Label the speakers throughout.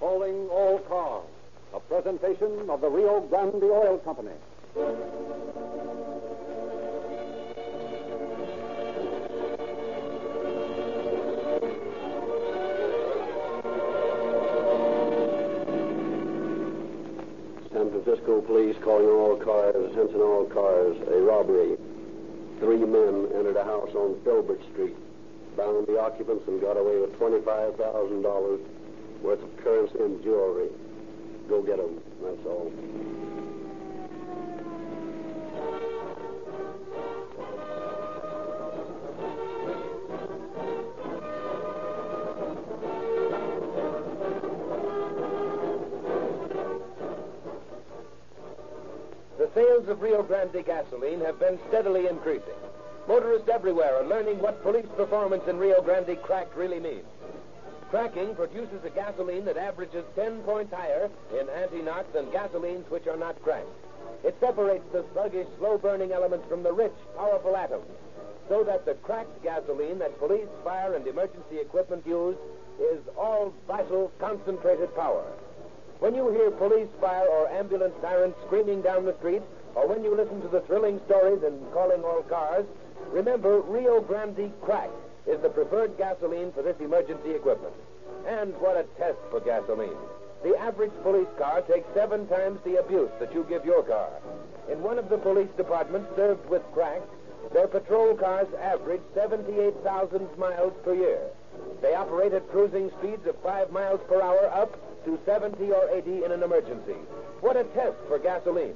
Speaker 1: Calling all cars. A presentation of the Rio Grande Oil Company.
Speaker 2: San Francisco police calling all cars, Henson all cars, a robbery. Three men entered a house on Filbert Street, bound the occupants and got away with $25,000 worth of currency and jewelry. Go get 'em. that's all.
Speaker 3: The sales of Rio Grande gasoline have been steadily increasing. Motorists everywhere are learning what police performance in Rio Grande crack really means. Cracking produces a gasoline that averages 10 points higher in anti-knock than gasolines which are not cracked. It separates the sluggish, slow-burning elements from the rich, powerful atoms, so that the cracked gasoline that police, fire, and emergency equipment use is all vital, concentrated power. When you hear police, fire, or ambulance sirens screaming down the street, or when you listen to the thrilling stories in Calling All Cars, remember Rio Grande Crack is the preferred gasoline for this emergency equipment. And what a test for gasoline. The average police car takes seven times the abuse that you give your car. In one of the police departments served with crack, their patrol cars average 78,000 miles per year. They operate at cruising speeds of 5 miles per hour up to 70 or 80 in an emergency. What a test for gasoline.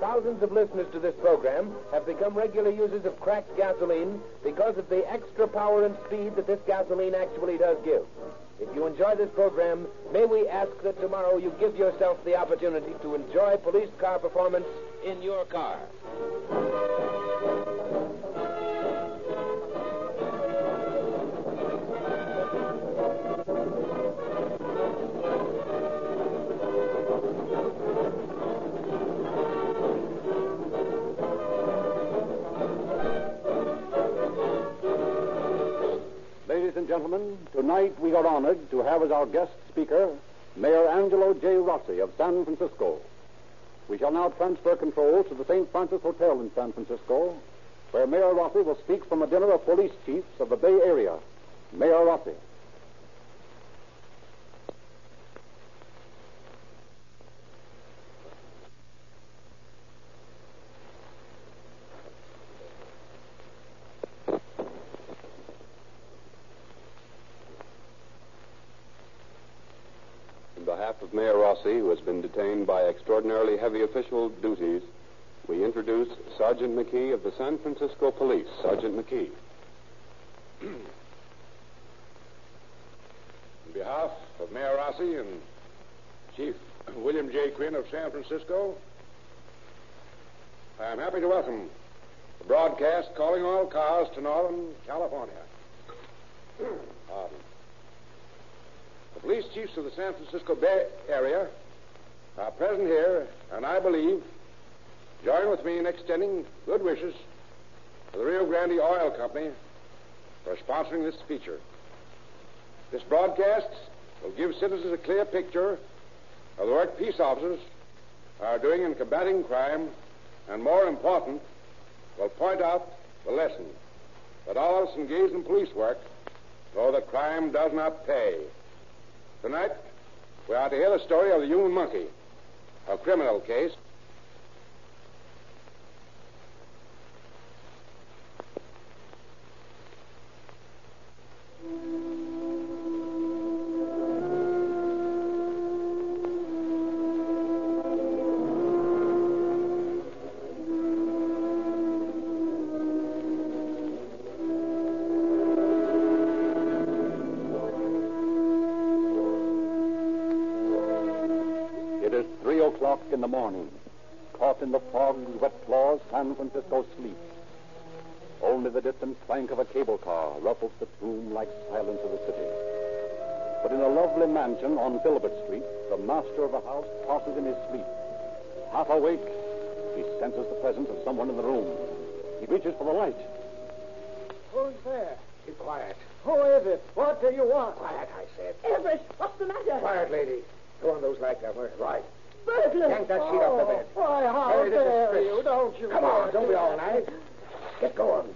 Speaker 3: Thousands of listeners to this program have become regular users of cracked gasoline because of the extra power and speed that this gasoline actually does give. If you enjoy this program, may we ask that tomorrow you give yourself the opportunity to enjoy police car performance in your car.
Speaker 1: Ladies and gentlemen, tonight we are honored to have as our guest speaker Mayor Angelo J. Rossi of San Francisco. We shall now transfer control to the St. Francis Hotel in San Francisco, where Mayor Rossi will speak from a dinner of police chiefs of the Bay Area. Mayor Rossi.
Speaker 4: In behalf of Mayor Rossi, who has been detained by extraordinarily heavy official duties, we introduce Sergeant McKee of the San Francisco Police. Sergeant McKee.
Speaker 5: On behalf of Mayor Rossi and Chief William J. Quinn of San Francisco, I am happy to welcome the broadcast calling all cars to Northern California. Pardon. The police chiefs of the San Francisco Bay Area are present here, and I believe join with me in extending good wishes to the Rio Grande Oil Company for sponsoring this feature. This broadcast will give citizens a clear picture of the work peace officers are doing in combating crime, and more important, will point out the lesson that all of us engaged in police work know that crime does not pay. Tonight, we are to hear the story of the human monkey, a criminal case.
Speaker 1: It is three o'clock in the morning. Caught in the fog's wet claws, San Francisco sleeps. Only the distant clank of a cable car ruffles the tomb-like silence of the city. But in a lovely mansion on Filbert Street, the master of the house tosses in his sleep. Half awake, he senses the presence of someone in the room. He reaches for the light.
Speaker 6: Who's there?
Speaker 3: Keep quiet.
Speaker 1: Who is it? What do you want?
Speaker 3: Quiet, I said.
Speaker 7: Everett, what's the matter?
Speaker 3: Quiet, lady. Go on those lights down. Where's right?
Speaker 7: Burglar.
Speaker 3: Yank that sheet off the bed.
Speaker 1: Why, Oh, how
Speaker 3: Hey, this is
Speaker 1: dare
Speaker 3: Fritz.
Speaker 1: you? Don't you?
Speaker 3: Come on,
Speaker 1: dare
Speaker 3: don't
Speaker 1: do
Speaker 3: be all
Speaker 1: that.
Speaker 3: nice. Get going.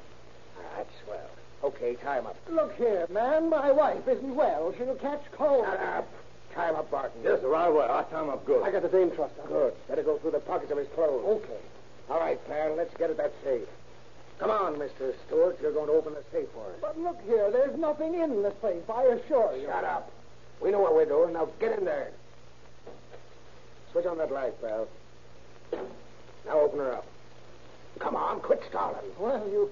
Speaker 3: That's swell. Okay, tie him up.
Speaker 1: Look here, man. My wife isn't well. She'll catch cold.
Speaker 3: Shut up. Tie him up, Barton.
Speaker 2: Yes, sir, I will. I time up good.
Speaker 1: I got the Dane Trust.
Speaker 3: Good. Better go through the pockets of his clothes.
Speaker 1: Okay.
Speaker 3: All right, pal, let's get at that safe. Come on, Mr. Stewart. You're going to open the safe for us.
Speaker 1: But look here, there's nothing in the safe, I assure you.
Speaker 3: Shut up. We know what we're doing. Now get in there. Switch on that light, pal. Now open her up. Come on, quit stalling.
Speaker 1: Well, you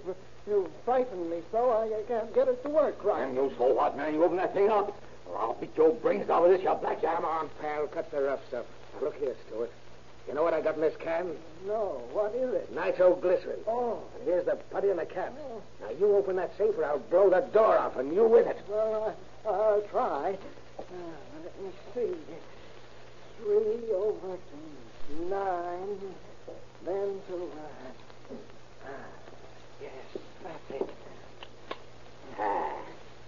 Speaker 1: you frightened me so I, I can't get it to work right.
Speaker 3: no so what, man? You open that thing up, or I'll beat your brains out with this, you blackjack. Come on, pal. Cut the rough stuff. Now, look here, Stewart. You know what I got in this can?
Speaker 1: No, what is it?
Speaker 3: Nitroglycerin.
Speaker 1: Oh,
Speaker 3: And here's the putty and the cap. Now, you open that safe or I'll blow the door off, and you with it.
Speaker 1: well, I, I'll try. Uh, let me see. Three over to nine, then to uh, ah, yes, that's it.
Speaker 3: Ah,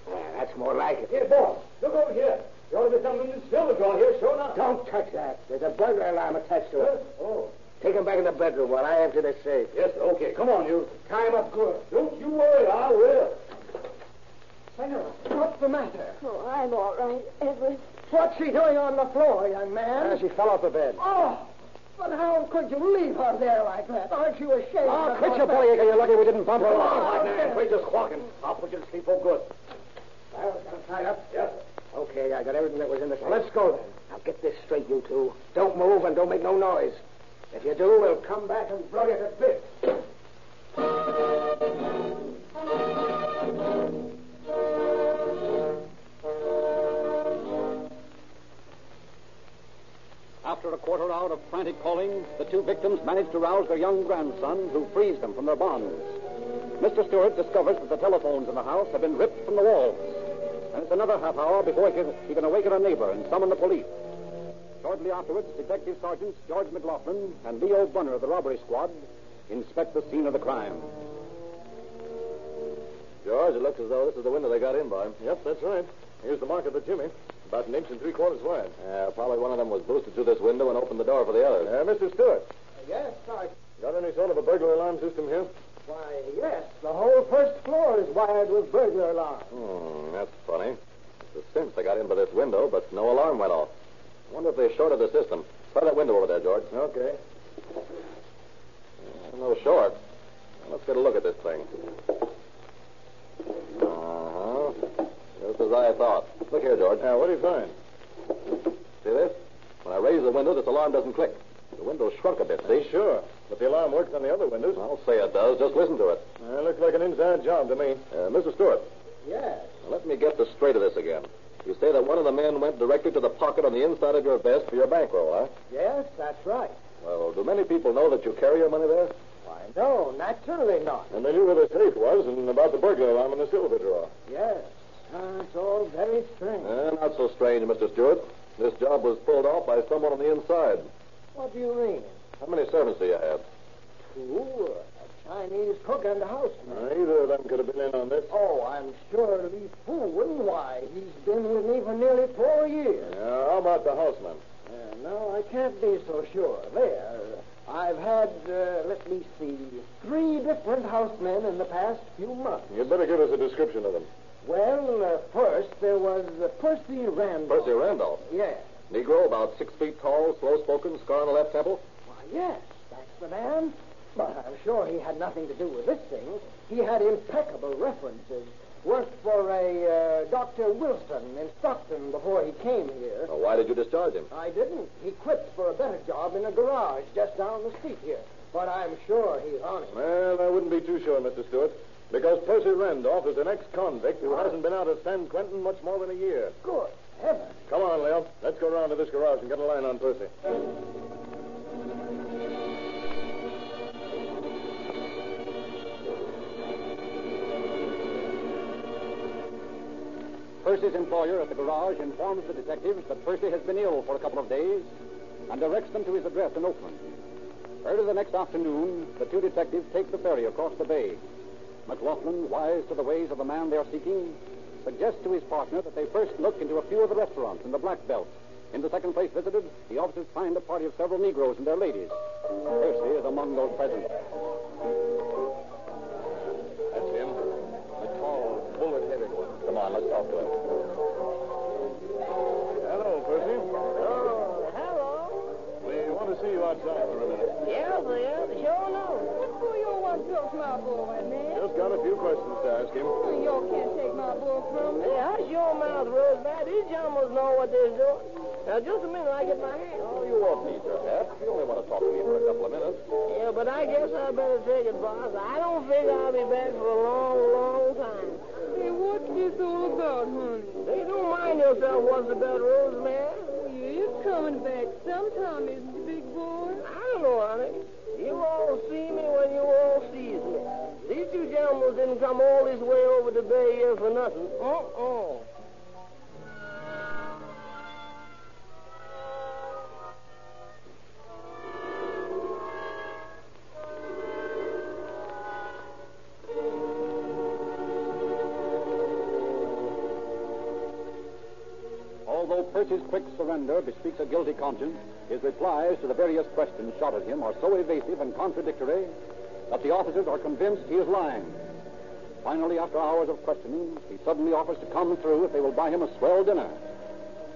Speaker 3: yeah, that's more like it. Here, boy, look over here. There ought to be something in this silver drawer here, sure enough. Don't touch that. There's a burglar alarm attached to it. Oh. Take him back in the bedroom while I empty the safe. Yes, okay. Come on, you. Tie him up good. Don't you worry. I will.
Speaker 1: Sarah, what's the matter?
Speaker 7: Oh, I'm all right, Everett.
Speaker 1: What's she doing on the floor, young man?
Speaker 3: Ah, she fell off the bed.
Speaker 1: Oh, but how could you leave her there like that? Aren't you ashamed?
Speaker 2: Ah,
Speaker 3: Oh,
Speaker 1: of
Speaker 3: quit your
Speaker 1: yourself?
Speaker 3: belly aching. You're lucky we didn't bump her. Come
Speaker 1: on, like that.
Speaker 3: Quit your squawking. I'll put you to sleep for good. Well, got tied up? Yes, Okay, I got everything that was in the safe. Let's go, then. Now, get this straight, you two. Don't move and don't make no noise. If you do, we'll come back and blow you to bits.
Speaker 5: After a quarter hour of frantic calling, the two victims manage to rouse their young grandson, who frees them from their bonds. Mr. Stewart discovers that the telephones in the house have been ripped from the walls. And it's another half hour before he can, he can awaken a neighbor and summon the police. Shortly afterwards, Detective Sergeants George McLaughlin and Leo Bunner of the robbery squad inspect the scene of the crime.
Speaker 2: George, it looks as though this is the window they got in by. Yep, that's right. Here's the mark of the jimmy. About an inch and three quarters wide. Yeah, probably one of them was boosted through this window and opened the door for the other. Uh, Mr. Stewart,
Speaker 1: Yes, Sergeant.
Speaker 2: got any sort of a burglar alarm system here?
Speaker 1: Why, yes. The whole first floor is wired with burglar alarms.
Speaker 2: Hmm, that's funny. It's a cinch they got in by this window, but no alarm went off. Wonder if they shorted the system. Try that window over there, George. Okay. No short. Let's get a look at this thing. Uh-huh. Just as I thought. Look here, George. Now, what do you find? See this? When I raise the window, this alarm doesn't click. The window shrunk a bit, see? Sure. But the alarm works on the other windows. I'll say it does. Just listen to it. It looks like an inside job to me. Uh, Mr. Stewart,
Speaker 1: Yes.
Speaker 2: let me get the straight of this again. You say that one of the men went directly to the pocket on the inside of your vest for your bankroll, huh?
Speaker 1: Yes, that's right.
Speaker 2: Well, do many people know that you carry your money there?
Speaker 1: Why, no, naturally not.
Speaker 2: And they knew where the safe was and about the burglar alarm in the silver drawer.
Speaker 1: Yes. Uh, it's all very strange.
Speaker 2: Uh, not so strange, Mr. Stewart. This job was pulled off by someone on the inside.
Speaker 1: What do you mean?
Speaker 2: How many servants do you have?
Speaker 1: Two, a Chinese cook and a housemaid.
Speaker 2: either of them could have been in on this.
Speaker 1: Oh, I'm sure Lee Fu wouldn't. Why, he's been with me for nearly four years.
Speaker 2: how about the houseman?
Speaker 1: Uh, no, I can't be so sure. There. I've had, uh, let me see, three different housemen in the past few months.
Speaker 2: You'd better give us a description of them.
Speaker 1: Well, uh, first there was uh, Percy Randolph.
Speaker 2: Percy Randolph,
Speaker 1: Yes.
Speaker 2: Negro, about six feet tall, slow spoken, scar on the left temple.
Speaker 1: Why, yes, that's the man. But I'm sure he had nothing to do with this thing. He had impeccable references. Worked for a uh, Dr. Wilson in Stockton before he came here.
Speaker 2: Now, why did you discharge him?
Speaker 1: I didn't. He quit for a better job in a garage just down the street here. But I'm sure he's honest.
Speaker 2: Well, I wouldn't be too sure, Mr. Stewart, because Percy Randolph is an ex-convict who hasn't been out of San Quentin much more than a year.
Speaker 1: Good heavens.
Speaker 2: Come on, Leo. Let's go around to this garage and get a line on Percy.
Speaker 5: Percy's employer at the garage informs the detectives that Percy has been ill for a couple of days and directs them to his address in Oakland. Early the next afternoon, the two detectives take the ferry across the bay. McLaughlin, wise to the ways of the man they are seeking, suggests to his partner that they first look into a few of the restaurants in the Black Belt. In the second place visited, the officers find a party of several Negroes and their ladies. Percy is among those present.
Speaker 8: That's him. The tall, bullet-headed one.
Speaker 5: Come on, let's talk to him.
Speaker 3: Hello, Percy.
Speaker 1: Oh, hello.
Speaker 3: We want to see you outside for a minute.
Speaker 1: Yeah, Bill. Sure know.
Speaker 9: What do you want to talk to my boy, man?
Speaker 3: Just got a few questions to ask him.
Speaker 9: You can't take my boy from me.
Speaker 1: Hey, how's your mouth, Rosebud? These jumbos know what they're doing. Now, just a minute, I get my hand.
Speaker 5: Oh, you won't need your hat. You only want to talk to me for a couple of minutes.
Speaker 1: Yeah, but I guess I better take it, boss. I don't figure I'll be back for a long, long time.
Speaker 9: Hey, what's this all about, honey?
Speaker 1: Hey, don't mind yourself, what's the belt, Rosemary?
Speaker 9: Oh, you is coming back sometime, isn't you, big boy?
Speaker 1: I don't know, honey. You all see me when you all sees me. These two jumbos didn't come all this way over the bay here for nothing. Uh-uh.
Speaker 5: Although Percy's quick surrender bespeaks a guilty conscience, his replies to the various questions shot at him are so evasive and contradictory that the officers are convinced he is lying. Finally, after hours of questioning, he suddenly offers to come through if they will buy him a swell dinner.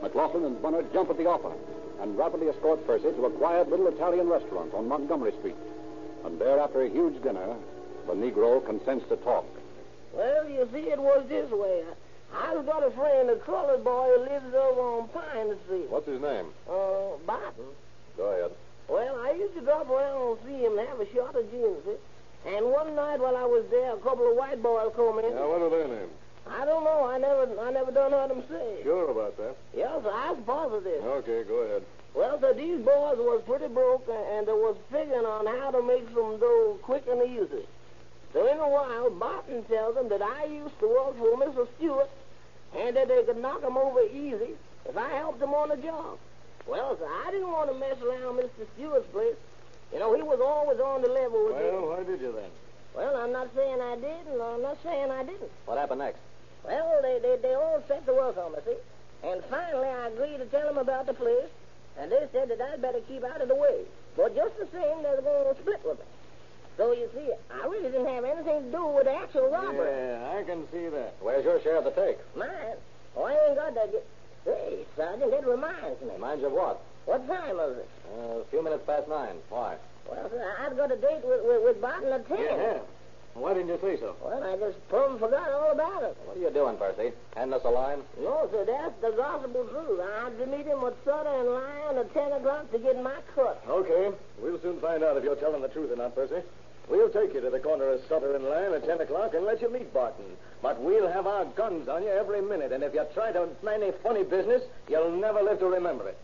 Speaker 5: McLaughlin and Bunner jump at the offer and rapidly escort Percy to a quiet little Italian restaurant on Montgomery Street. And there, after a huge dinner, the Negro consents to talk.
Speaker 1: Well, you see, it was this way. I've got a friend, a colored boy, who lives over on Pine Street.
Speaker 4: What's his name?
Speaker 1: Uh, Barton.
Speaker 4: Go ahead.
Speaker 1: Well, I used to drop around and see him and have a shot of gin, see? And one night while I was there, a couple of white boys come in.
Speaker 4: Now, what are their names?
Speaker 1: I don't know. I never, I never done heard them say.
Speaker 4: Sure about that.
Speaker 1: Yes, I was positive.
Speaker 4: Okay, go ahead.
Speaker 1: Well, so these boys was pretty broke, a- and they was figuring on how to make some dough quick and easy. So in a while, Barton tells them that I used to work for Mr. Stewart, and that they could knock him over easy if I helped them on the job. Well, so I didn't want to mess around Mr. Stewart's place. You know, he was always on the level with me.
Speaker 3: Well, why did you then?
Speaker 1: Well, I'm not saying I did, and I'm not saying I didn't.
Speaker 5: What happened next?
Speaker 1: Well, they, they, they all set to work on me, see? And finally, I agreed to tell them about the place, and they said that I'd better keep out of the way. But just the same, they were going to split with me. So, you see, I really didn't have anything to do with the actual robbery.
Speaker 3: Yeah, I can see that.
Speaker 5: Where's your share of the take?
Speaker 1: Mine? Oh, I ain't got that yet. Hey, Sergeant, that reminds me.
Speaker 5: Reminds you of what?
Speaker 1: What time is it?
Speaker 5: Uh, a few minutes past nine. Why?
Speaker 1: Well, sir, I've got a date with, with, with Barton at 10.
Speaker 3: Why didn't you say so?
Speaker 1: Well, I just plumb forgot all about it.
Speaker 5: What are you doing, Percy? Hand us a line?
Speaker 1: No, sir, that's the gospel truth. I had to meet him with Sutter and Lyon at 10 o'clock to get my cut.
Speaker 3: Okay. We'll soon find out if you're telling the truth or not, Percy. We'll take you to the corner of Sutter and Lyon at 10 o'clock and let you meet Barton. But we'll have our guns on you every minute, and if you try to plan any funny business, you'll never live to remember it.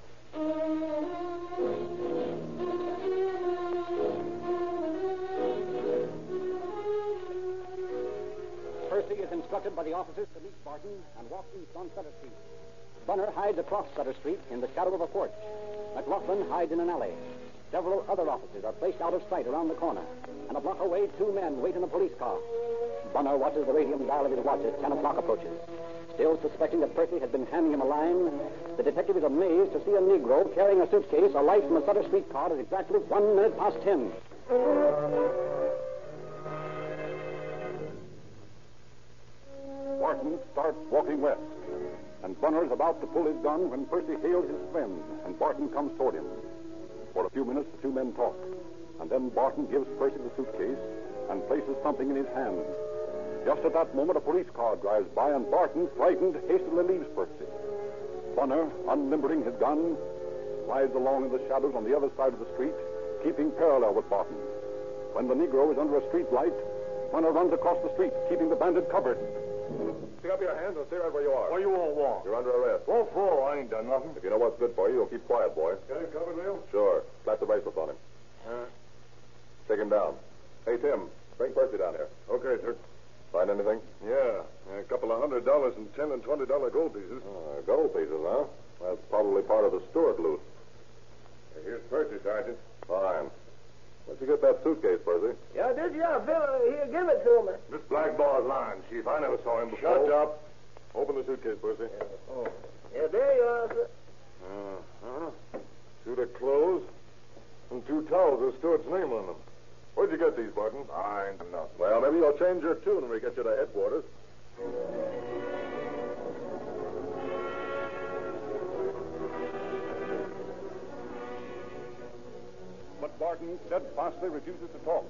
Speaker 5: Percy is instructed by the officers to meet Barton and walk east on Sutter Street. Bunner hides across Sutter Street in the shadow of a porch. McLaughlin hides in an alley. Several other officers are placed out of sight around the corner. And a block away, two men wait in a police car. Bunner watches the radium dial of his watch as 10 o'clock approaches. Still suspecting that Percy has been handing him a line, the detective is amazed to see a Negro carrying a suitcase alight from a Sutter Street car at exactly one minute past 10.
Speaker 2: Barton starts walking west, and Bunner's about to pull his gun when Percy hails his friend, and Barton comes toward him. For a few minutes, the two men talk, and then Barton gives Percy the suitcase and places something in his hand. Just at that moment, a police car drives by, and Barton, frightened, hastily leaves Percy. Bunner, unlimbering his gun, slides along in the shadows on the other side of the street, keeping parallel with Barton. When the Negro is under a street light, Bunner runs across the street, keeping the bandit covered.
Speaker 10: Stick up your hands and stay right where you are.
Speaker 2: you won't walk?
Speaker 10: You're under arrest.
Speaker 2: Don't fall. I ain't done nothing.
Speaker 10: If you know what's good for you, you'll keep quiet, boy.
Speaker 2: Got it covered, Leo?
Speaker 10: Sure. Slap the bracelets on him. Take him down. Hey, Tim, bring Percy down here.
Speaker 2: Okay, sir.
Speaker 10: Find anything?
Speaker 2: Yeah. A couple of hundred dollars in ten and twenty dollar gold pieces.
Speaker 10: Uh, gold pieces, huh? That's probably part of the Stewart loot.
Speaker 2: Here's Percy, Sergeant.
Speaker 10: Fine. Where'd you get that
Speaker 2: that suitcase, Percy.
Speaker 11: Yeah, did you? Yeah, Bill, uh, here, give it to me.
Speaker 2: This black bar's lying, Chief. I never saw him before.
Speaker 12: Shut up. Open the suitcase, Percy. Yeah.
Speaker 11: Oh. Yeah, there you are, sir.
Speaker 2: Uh-huh. Suit of clothes and two towels with Stewart's name on them. Where'd you get these, Barton?
Speaker 12: I know.
Speaker 2: Well, maybe you'll change your tune when we get you to headquarters.
Speaker 12: But Barton steadfastly refuses to talk.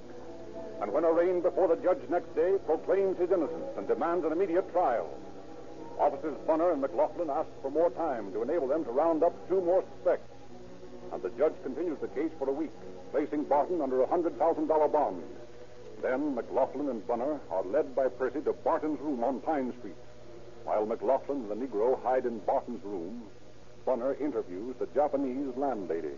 Speaker 12: And when arraigned before the judge next day, proclaims his innocence and demands an immediate trial. Officers Bunner and McLaughlin ask for more time to enable them to round up two more suspects. And the judge continues the case for a week, placing Barton under a $100,000 bond. Then McLaughlin and Bunner are led by Percy to Barton's room on Pine Street. While McLaughlin and the Negro hide in Barton's room, Bunner interviews the Japanese landlady.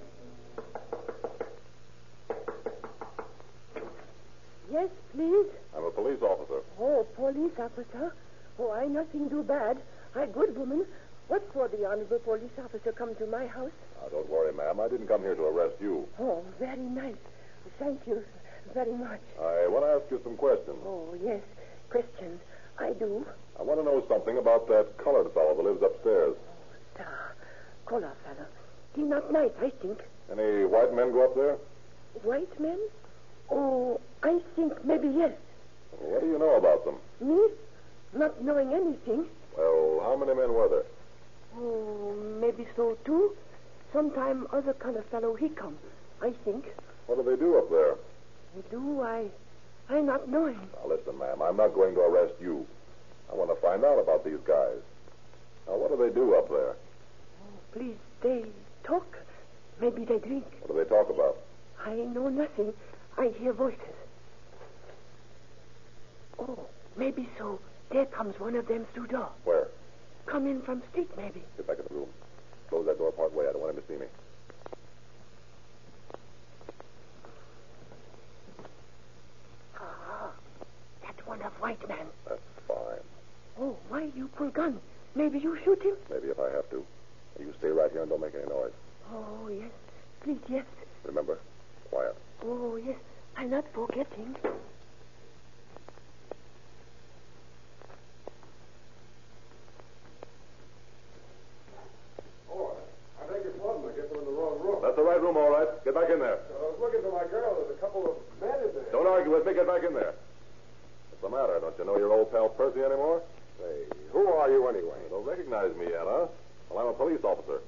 Speaker 13: Yes, please.
Speaker 2: I'm a police officer.
Speaker 13: Oh, police officer. Oh, I nothing do bad. I good woman. What for the honorable police officer come to my house?
Speaker 2: Now, don't worry, ma'am. I didn't come here to arrest you.
Speaker 13: Oh, very nice. Thank you very much.
Speaker 2: I want to ask you some questions.
Speaker 13: Oh, yes. Questions. I do.
Speaker 2: I want to know something about that colored fellow that lives upstairs.
Speaker 13: Sir, colored Ah, fellow. He not nice, I think.
Speaker 2: Any white men go up there?
Speaker 13: White men? Oh, I think maybe yes.
Speaker 2: What do you know about them?
Speaker 13: Me? Not knowing anything.
Speaker 2: Well, how many men were there?
Speaker 13: Oh, maybe so too. Sometime other color fellow he come, I think.
Speaker 2: What do they do up there?
Speaker 13: They do I I not know him.
Speaker 2: Now listen, ma'am, I'm not going to arrest you. I want to find out about these guys. Now what do they do up there?
Speaker 13: Oh, please, they talk. Maybe they drink.
Speaker 2: What do they talk about?
Speaker 13: I know nothing. I hear voices. Oh, maybe so. There comes one of them through door.
Speaker 2: Where?
Speaker 13: Come in from street, maybe.
Speaker 2: Get back in the room. Close that door part way. I don't want him to see me.
Speaker 13: Ah, that one of white man.
Speaker 2: That's fine.
Speaker 13: Oh, why you pull gun? Maybe you shoot him?
Speaker 2: Maybe if I have to. You stay right here and don't make any noise.
Speaker 13: Oh, yes. Please, yes.
Speaker 2: Remember, quiet.
Speaker 13: Oh, yes. I'm not forgetting.
Speaker 3: Oh,
Speaker 2: That's the right room, all right. Get back in there.
Speaker 3: I was looking for my girl. There's a couple of men in there.
Speaker 2: Don't argue with me. Get back in there. What's the matter? Don't you know your old pal Percy anymore?
Speaker 3: Hey, who are you anyway?
Speaker 2: You don't recognize me yet, huh? Well, I'm a police officer.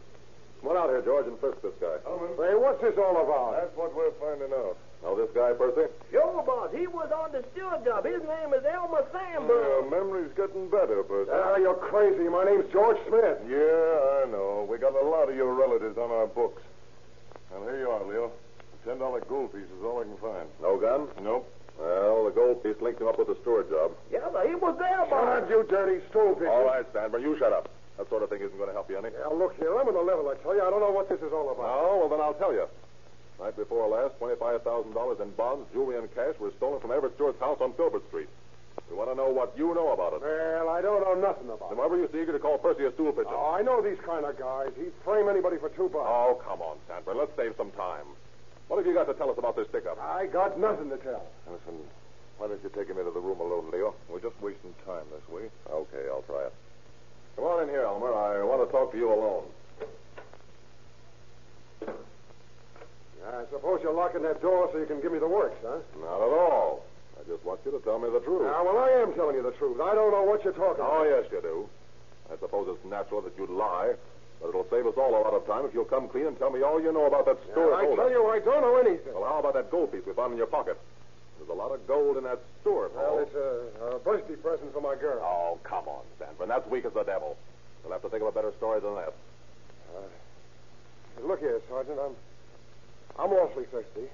Speaker 2: Come on out here, George, and frisk this guy.
Speaker 3: Gentlemen. Say, what's this all about?
Speaker 2: That's what we're finding out. Know this guy, Percy?
Speaker 11: Sure, boss. He was on the steward job. His name is Elmer Sandberg.
Speaker 2: Your memory's getting better, Percy.
Speaker 3: Ah, you're crazy. My name's George Smith.
Speaker 2: Yeah, I know. We got a lot of your relatives on our books. And here you are, Leo. A ten dollar gold piece is all I can find. No gun? Nope. Well, the gold piece linked him up with the steward job.
Speaker 11: Yeah, but he was there, boss.
Speaker 3: God, you dirty stool
Speaker 2: All right, Sandberg, you shut up. That sort of thing isn't going to help you any.
Speaker 3: Yeah, look here. I'm on the level, I tell you. I don't know what this is all about.
Speaker 2: Oh, well, then I'll tell you. Night before last, $25,000 in bonds, jewelry, and cash were stolen from Everett Stewart's house on Filbert Street. We want to know what you know about it.
Speaker 3: Well, I don't know nothing about
Speaker 2: Then
Speaker 3: it.
Speaker 2: why were you so eager to call Percy a stool pigeon?
Speaker 3: Oh, I know these kind of guys. He'd frame anybody for two bucks.
Speaker 2: Oh, come on, Sandberg. Let's save some time. What have you got to tell us about this
Speaker 11: Oh.
Speaker 2: pickup?
Speaker 3: I got nothing to tell.
Speaker 2: Ah, Listen, why don't you take him into the room alone, Leo? We're just wasting time this way. Okay, I'll try it. Come on in here, Elmer. I want to talk to you alone.
Speaker 3: I suppose you're locking that door so you can give me the works, huh?
Speaker 2: Not at all. I just want you to tell me the truth.
Speaker 3: Now, well, I am telling you the truth. I don't know what you're talking
Speaker 2: Oh, yes, you do. I suppose it's natural that you'd lie, but it'll save us all a lot of time if you'll come clean and tell me all you know about that
Speaker 10: Oh,
Speaker 3: about.
Speaker 2: store.
Speaker 3: Yeah, I tell you, I don't know anything.
Speaker 2: Well, how about that gold piece we found in your pocket? There's a lot of gold in that store.
Speaker 3: Well, it's a, a birthday present for my girl.
Speaker 2: Oh, come on, Stanford. That's weak as the devil. We'll have to think of a better story than that.
Speaker 3: Look here, Sergeant. I'm I'm awfully thirsty.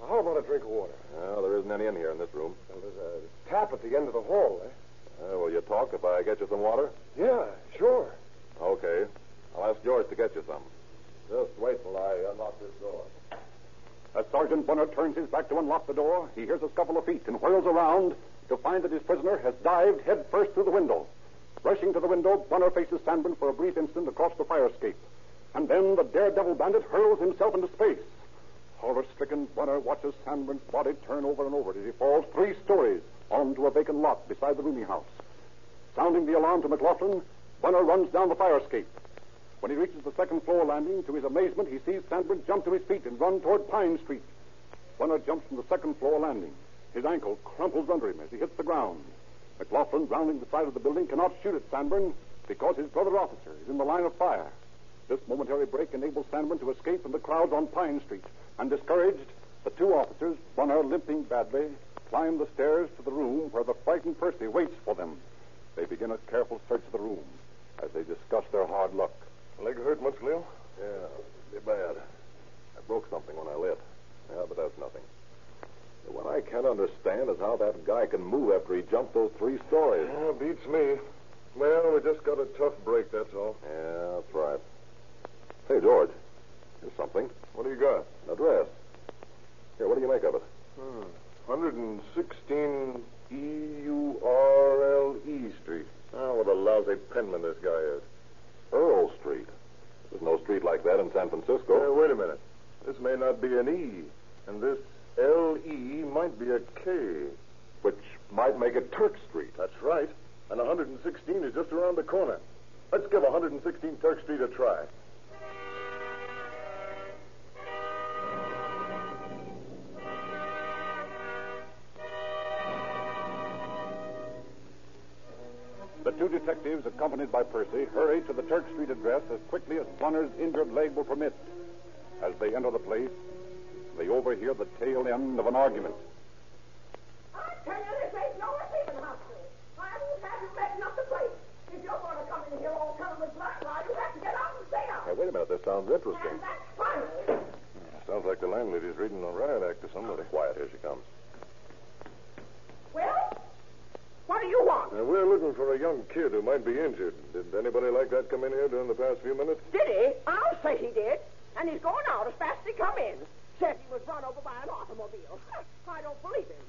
Speaker 3: How about a drink of water?
Speaker 2: Well, there isn't any in here in this room.
Speaker 3: Well, there's a tap at the end of the hall. Eh?
Speaker 2: Uh, will you talk if I get you some water?
Speaker 3: Yeah, sure.
Speaker 2: Okay. I'll ask George to get you some. Just wait till I unlock this door.
Speaker 12: As Sergeant Bunner turns his back to unlock the door, he hears a scuffle of feet and whirls around to find that his prisoner has dived headfirst through the window. Rushing to the window, Bunner faces Sandman for a brief instant across the fire escape. And then the daredevil bandit hurls himself into space.
Speaker 2: Horror stricken, Bunner watches Sandburn's body turn over and over as he falls three stories onto a vacant lot beside the rooming house. Sounding the alarm to McLaughlin, Bunner runs down the fire escape. When he reaches the second floor landing, to his amazement, he sees Sandburn jump to his feet and run toward Pine Street. Bunner jumps from the second floor landing. His ankle crumples under him as he hits the ground. McLaughlin, rounding the side of the building, cannot shoot at Sandburn because his brother officer is in the line of fire. This momentary break enables Sandburn to escape from the crowds on Pine Street. And discouraged, the two officers, Bunner limping badly, climb the stairs to the room where the frightened Percy waits for them. They begin a careful search of the room as they discuss their hard luck.
Speaker 10: Leg hurt much, Leo?
Speaker 2: Yeah, pretty bad.
Speaker 10: I broke something when I lit. Yeah, but that's nothing. What I can't understand is how that guy can move after he jumped those three stories.
Speaker 2: Yeah,
Speaker 10: beats me. Well, we just got a tough break, that's all.
Speaker 2: Yeah, that's right.
Speaker 10: Hey, George, here's something.
Speaker 2: What do you got?
Speaker 10: An address. Here, what do you make of it?
Speaker 2: Hmm. 116
Speaker 10: E
Speaker 2: E-U-R-L-E Street.
Speaker 10: Oh, what a lousy penman this guy is.
Speaker 2: Earl Street.
Speaker 10: There's no street like that in San Francisco.
Speaker 2: Uh, wait a minute. This may not be an E, and this L-E might be a K.
Speaker 10: Which might make it Turk Street.
Speaker 2: That's right. And 116 is just around the corner. Let's give 116 Turk Street a try. The two detectives, accompanied by Percy, hurry to the Turk Street address as quickly as Bunner's injured leg will permit. As they enter the place, they overhear the tail end of an argument.
Speaker 14: I tell you, this ain't no receiving hospital. I won't have you letting up the place. If you're going to come in here all covered with blood, why, you have to get out and stay out.
Speaker 10: Hey, wait a minute. This sounds interesting.
Speaker 14: And that's funny.
Speaker 10: Sounds like the landlady's reading a riot act to somebody. Quiet, here she comes.
Speaker 14: Well, what do you want?
Speaker 10: Now, we're looking for a young kid who might be injured. Did anybody like that come in here during the past few minutes?
Speaker 14: Did he? I'll say he did. And he's going out as fast as he come in. Said he was run over by an automobile. I don't believe him.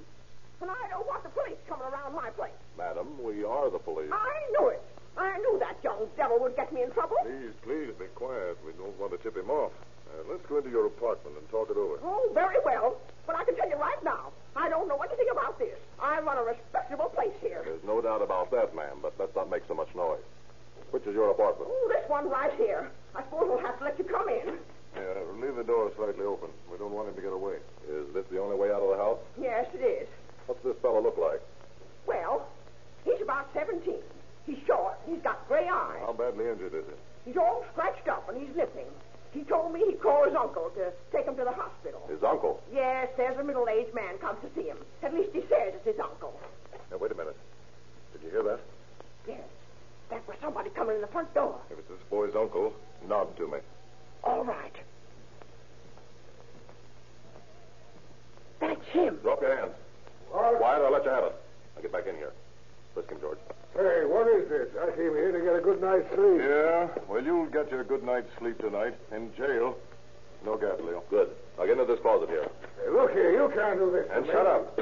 Speaker 14: And I don't want the police coming around my place.
Speaker 10: Madam, we are the police.
Speaker 14: I knew it. I knew that young devil would get me in trouble.
Speaker 10: Please, please, be quiet. We don't want to tip him off. Uh, let's go into your apartment and talk it over.
Speaker 14: Oh, very well. But I can tell you right now, I don't know anything about this. I run a respectable place here.
Speaker 10: There's no doubt about that, ma'am, but let's not make so much noise. Which is your apartment?
Speaker 14: Oh, this one right here. I suppose we'll have to let you come in.
Speaker 10: Yeah, leave the door slightly open. We don't want him to get away. Is this the only way out of the house?
Speaker 14: Yes, it is.
Speaker 10: What's this fellow look like?
Speaker 14: Well, he's about 17. He's short, and he's got gray eyes.
Speaker 10: How badly injured is he?
Speaker 14: He's all scratched up, and he's limping. He told me he'd call his uncle to take him to the hospital.
Speaker 10: His uncle?
Speaker 14: Yes, there's a middle-aged man comes to see him. At least he says it's his uncle.
Speaker 10: Now, wait a minute. Did you hear that?
Speaker 14: Yes, that was somebody coming in the front door.
Speaker 10: If it's this boy's uncle, nod to me.
Speaker 14: All right. That's him.
Speaker 10: Drop your hands.
Speaker 15: All right.
Speaker 10: Quiet, I'll let you have it. I'll get back in here. Frisk him, George.
Speaker 15: Hey, what is this? I came here to get a good night's sleep.
Speaker 10: Yeah? Well, you'll get your good night's sleep tonight in jail. No gas, Leo. Good. Now get into this closet here.
Speaker 15: Hey, look here, you can't do this. to
Speaker 10: And
Speaker 15: me.
Speaker 10: shut up.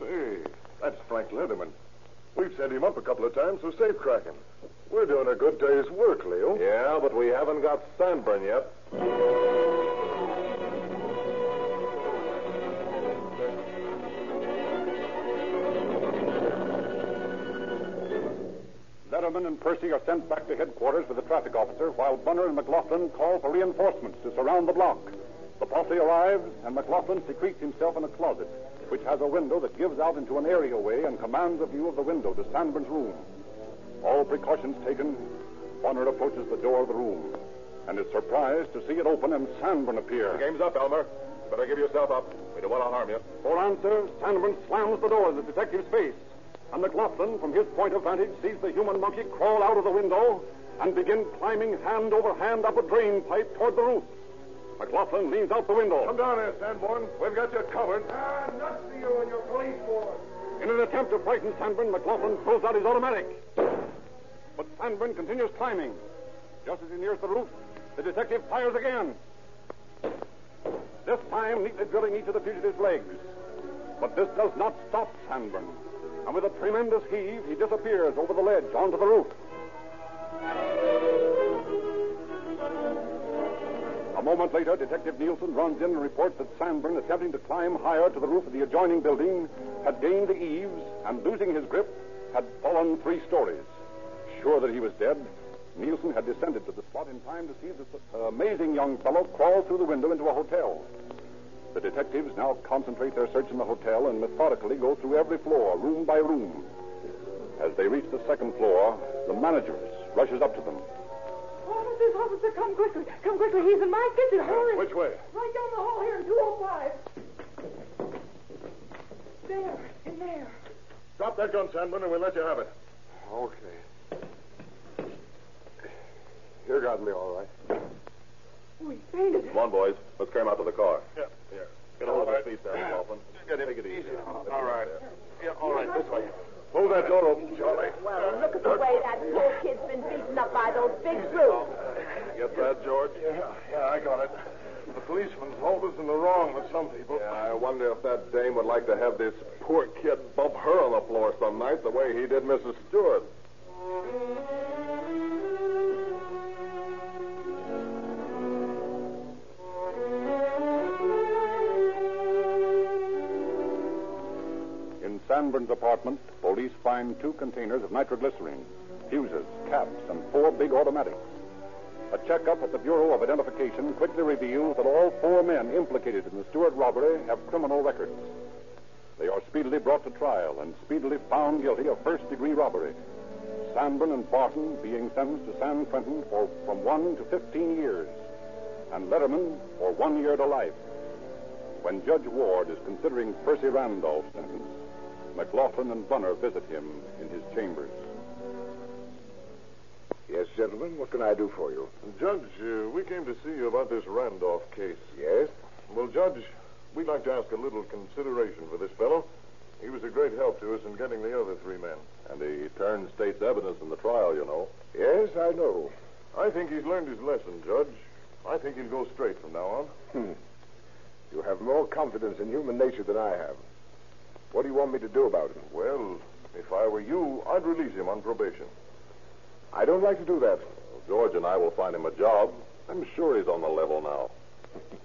Speaker 10: Say, that's Frank Letterman. We've sent him up a couple of times for safe cracking. We're doing a good day's work, Leo. Yeah, but we haven't got Sanborn yet.
Speaker 2: Letterman and Percy are sent back to headquarters with the traffic officer, while Bunner and McLaughlin call for reinforcements to surround the block. The posse arrives, and McLaughlin secretes himself in a closet, which has a window that gives out into an areaway and commands a view of the window to Sanborn's room. All precautions taken, Bunner approaches the door of the room and is surprised to see it open and Sanborn appear.
Speaker 10: The game's up, Elmer. You better give yourself up. We don't want to harm you.
Speaker 2: For answer, Sanborn slams the door in the detective's face, and McLaughlin, from his point of vantage, sees the human monkey crawl out of the window and begin climbing hand over hand up a drain pipe toward the roof. McLaughlin leans out the window.
Speaker 10: Come down here, Sanborn. We've got you covered.
Speaker 15: Ah, nuts to you and your police force.
Speaker 2: In an attempt to frighten Sanborn, McLaughlin throws out his automatic. But Sanborn continues climbing. Just as he nears the roof, the detective fires again. This time, neatly drilling each of the fugitive's legs. But this does not stop Sanborn. And with a tremendous heave, he disappears over the ledge onto the roof. A moment later, Detective Nielsen runs in and reports that Sanborn, attempting to climb higher to the roof of the adjoining building, had gained the eaves and, losing his grip, had fallen three stories. Sure that he was dead, Nielsen had descended to the spot in time to see this uh, amazing young fellow crawl through the window into a hotel. The detectives now concentrate their search in the hotel and methodically go through every floor, room by room. As they reach the second floor, the manageress rushes up to them.
Speaker 16: Officers, officer, come quickly. Come quickly. He's in my kitchen. Hurry.
Speaker 2: Which way?
Speaker 16: Right down the hall here in 205. There. In there.
Speaker 10: Drop that gun, Sandman, and we'll let you have it.
Speaker 2: Okay.
Speaker 10: You got me all right.
Speaker 16: We fainted.
Speaker 10: Come on, boys. Let's carry him out to the car. Yeah, yeah. Get
Speaker 2: All
Speaker 10: hold of
Speaker 2: right.
Speaker 10: his feet there, Dolphin. Get him. Take it easy.
Speaker 2: All right.
Speaker 10: Yeah, all right. This way. Hold that door open, Charlie.
Speaker 14: Well, look at the way that poor kid's been beaten up by those big brutes.
Speaker 10: Get that, George? Yeah, yeah, I got it. The policeman's always in the wrong with some people. Yeah, I wonder if that dame would like to have this poor kid bump her on the floor some night the way he did Mrs. Stewart.
Speaker 2: In Sanborn's apartment, police find two containers of nitroglycerine, fuses, caps, and four big automatics. A checkup at the Bureau of Identification quickly reveals that all four men implicated in the Stewart robbery have criminal records. They are speedily brought to trial and speedily found guilty of first degree robbery. Sanborn and Barton being sentenced to San Quentin for from one to 15 years, and Letterman for one year to life. When Judge Ward is considering Percy Randolph's sentence, McLaughlin and Bunner visit him in his chambers.
Speaker 17: Yes, gentlemen, what can I do for you?
Speaker 10: Judge, uh, we came to see you about this Randolph case.
Speaker 17: Yes?
Speaker 10: Well, Judge, we'd like to ask a little consideration for this fellow. He was a great help to us in getting the other three men. And he turned state's evidence in the trial, you know.
Speaker 17: Yes, I know.
Speaker 10: I think he's learned his lesson, Judge. I think he'll go straight from now on.
Speaker 17: Hmm. You have more confidence in human nature than I have. What do you want me to do about him?
Speaker 10: Well, if I were you, I'd release him on probation.
Speaker 17: I don't like to do that.
Speaker 10: George and I will find him a job. I'm sure he's on the level now.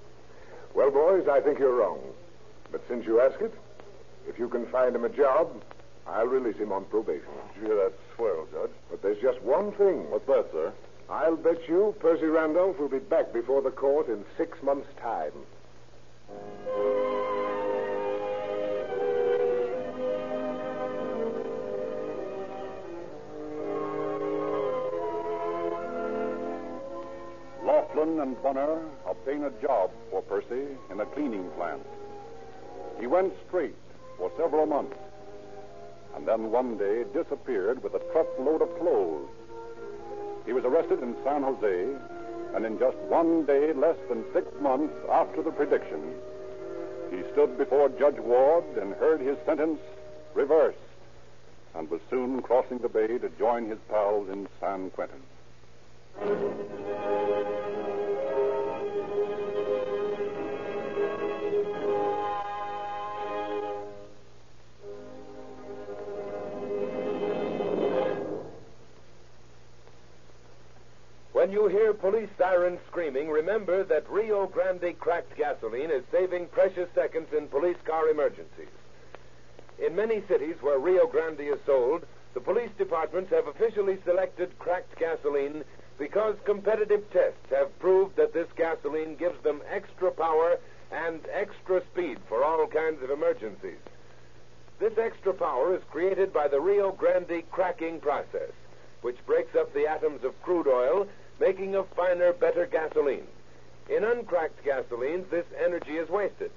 Speaker 17: Well, boys, I think you're wrong. But since you ask it, if you can find him a job, I'll release him on probation.
Speaker 10: Gee, that's swell, Judge.
Speaker 17: But there's just one thing.
Speaker 10: What's that, sir?
Speaker 17: I'll bet you Percy Randolph will be back before the court in six months' time.
Speaker 2: Laughlin and Bunner obtain a job for Percy in a cleaning plant. He went straight for several months, and then one day disappeared with a truckload of clothes. He was arrested in San Jose, and in just one day, less than six months after the prediction, he stood before Judge Ward and heard his sentence reversed, and was soon crossing the bay to join his pals in San Quentin.
Speaker 8: When you hear police sirens screaming, remember that Rio Grande cracked gasoline is saving precious seconds in police car emergencies. In many cities where Rio Grande is sold, the police departments have officially selected cracked gasoline because competitive tests have proved that this gasoline gives them extra power and extra speed for all kinds of emergencies. This extra power is created by the Rio Grande cracking process, which breaks up the atoms of crude oil, making a finer, better gasoline. In uncracked gasolines, this energy is wasted.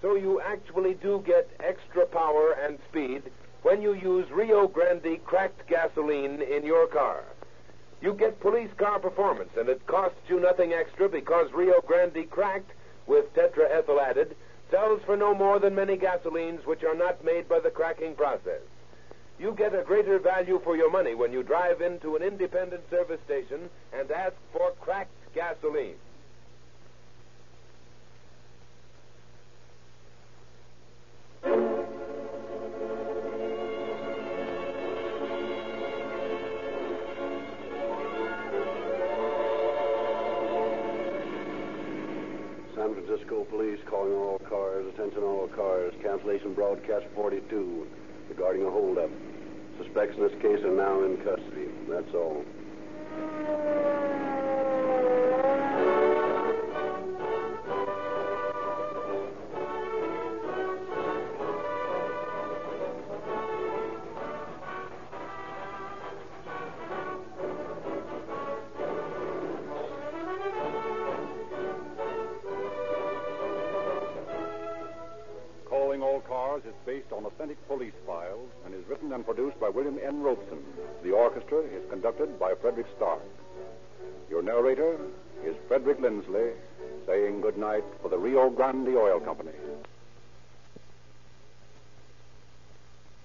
Speaker 8: So you actually do get extra power and speed when you use Rio Grande cracked gasoline in your car. You get police car performance, and it costs you nothing extra because Rio Grande cracked with tetraethyl added sells for no more than many gasolines which are not made by the cracking process. You get a greater value for your money when you drive into an independent service station and ask for cracked gasoline.
Speaker 3: San Francisco Police calling all cars, attention all cars, cancellation broadcast 42 regarding a holdup. Suspects in this case are now in custody. That's all.
Speaker 2: Calling All Cars is based on authentic police files and is written and produced by William N. Robeson. The orchestra is conducted by Frederick Stark. Your narrator is Frederick Lindsley, saying good night for the Rio Grande Oil Company.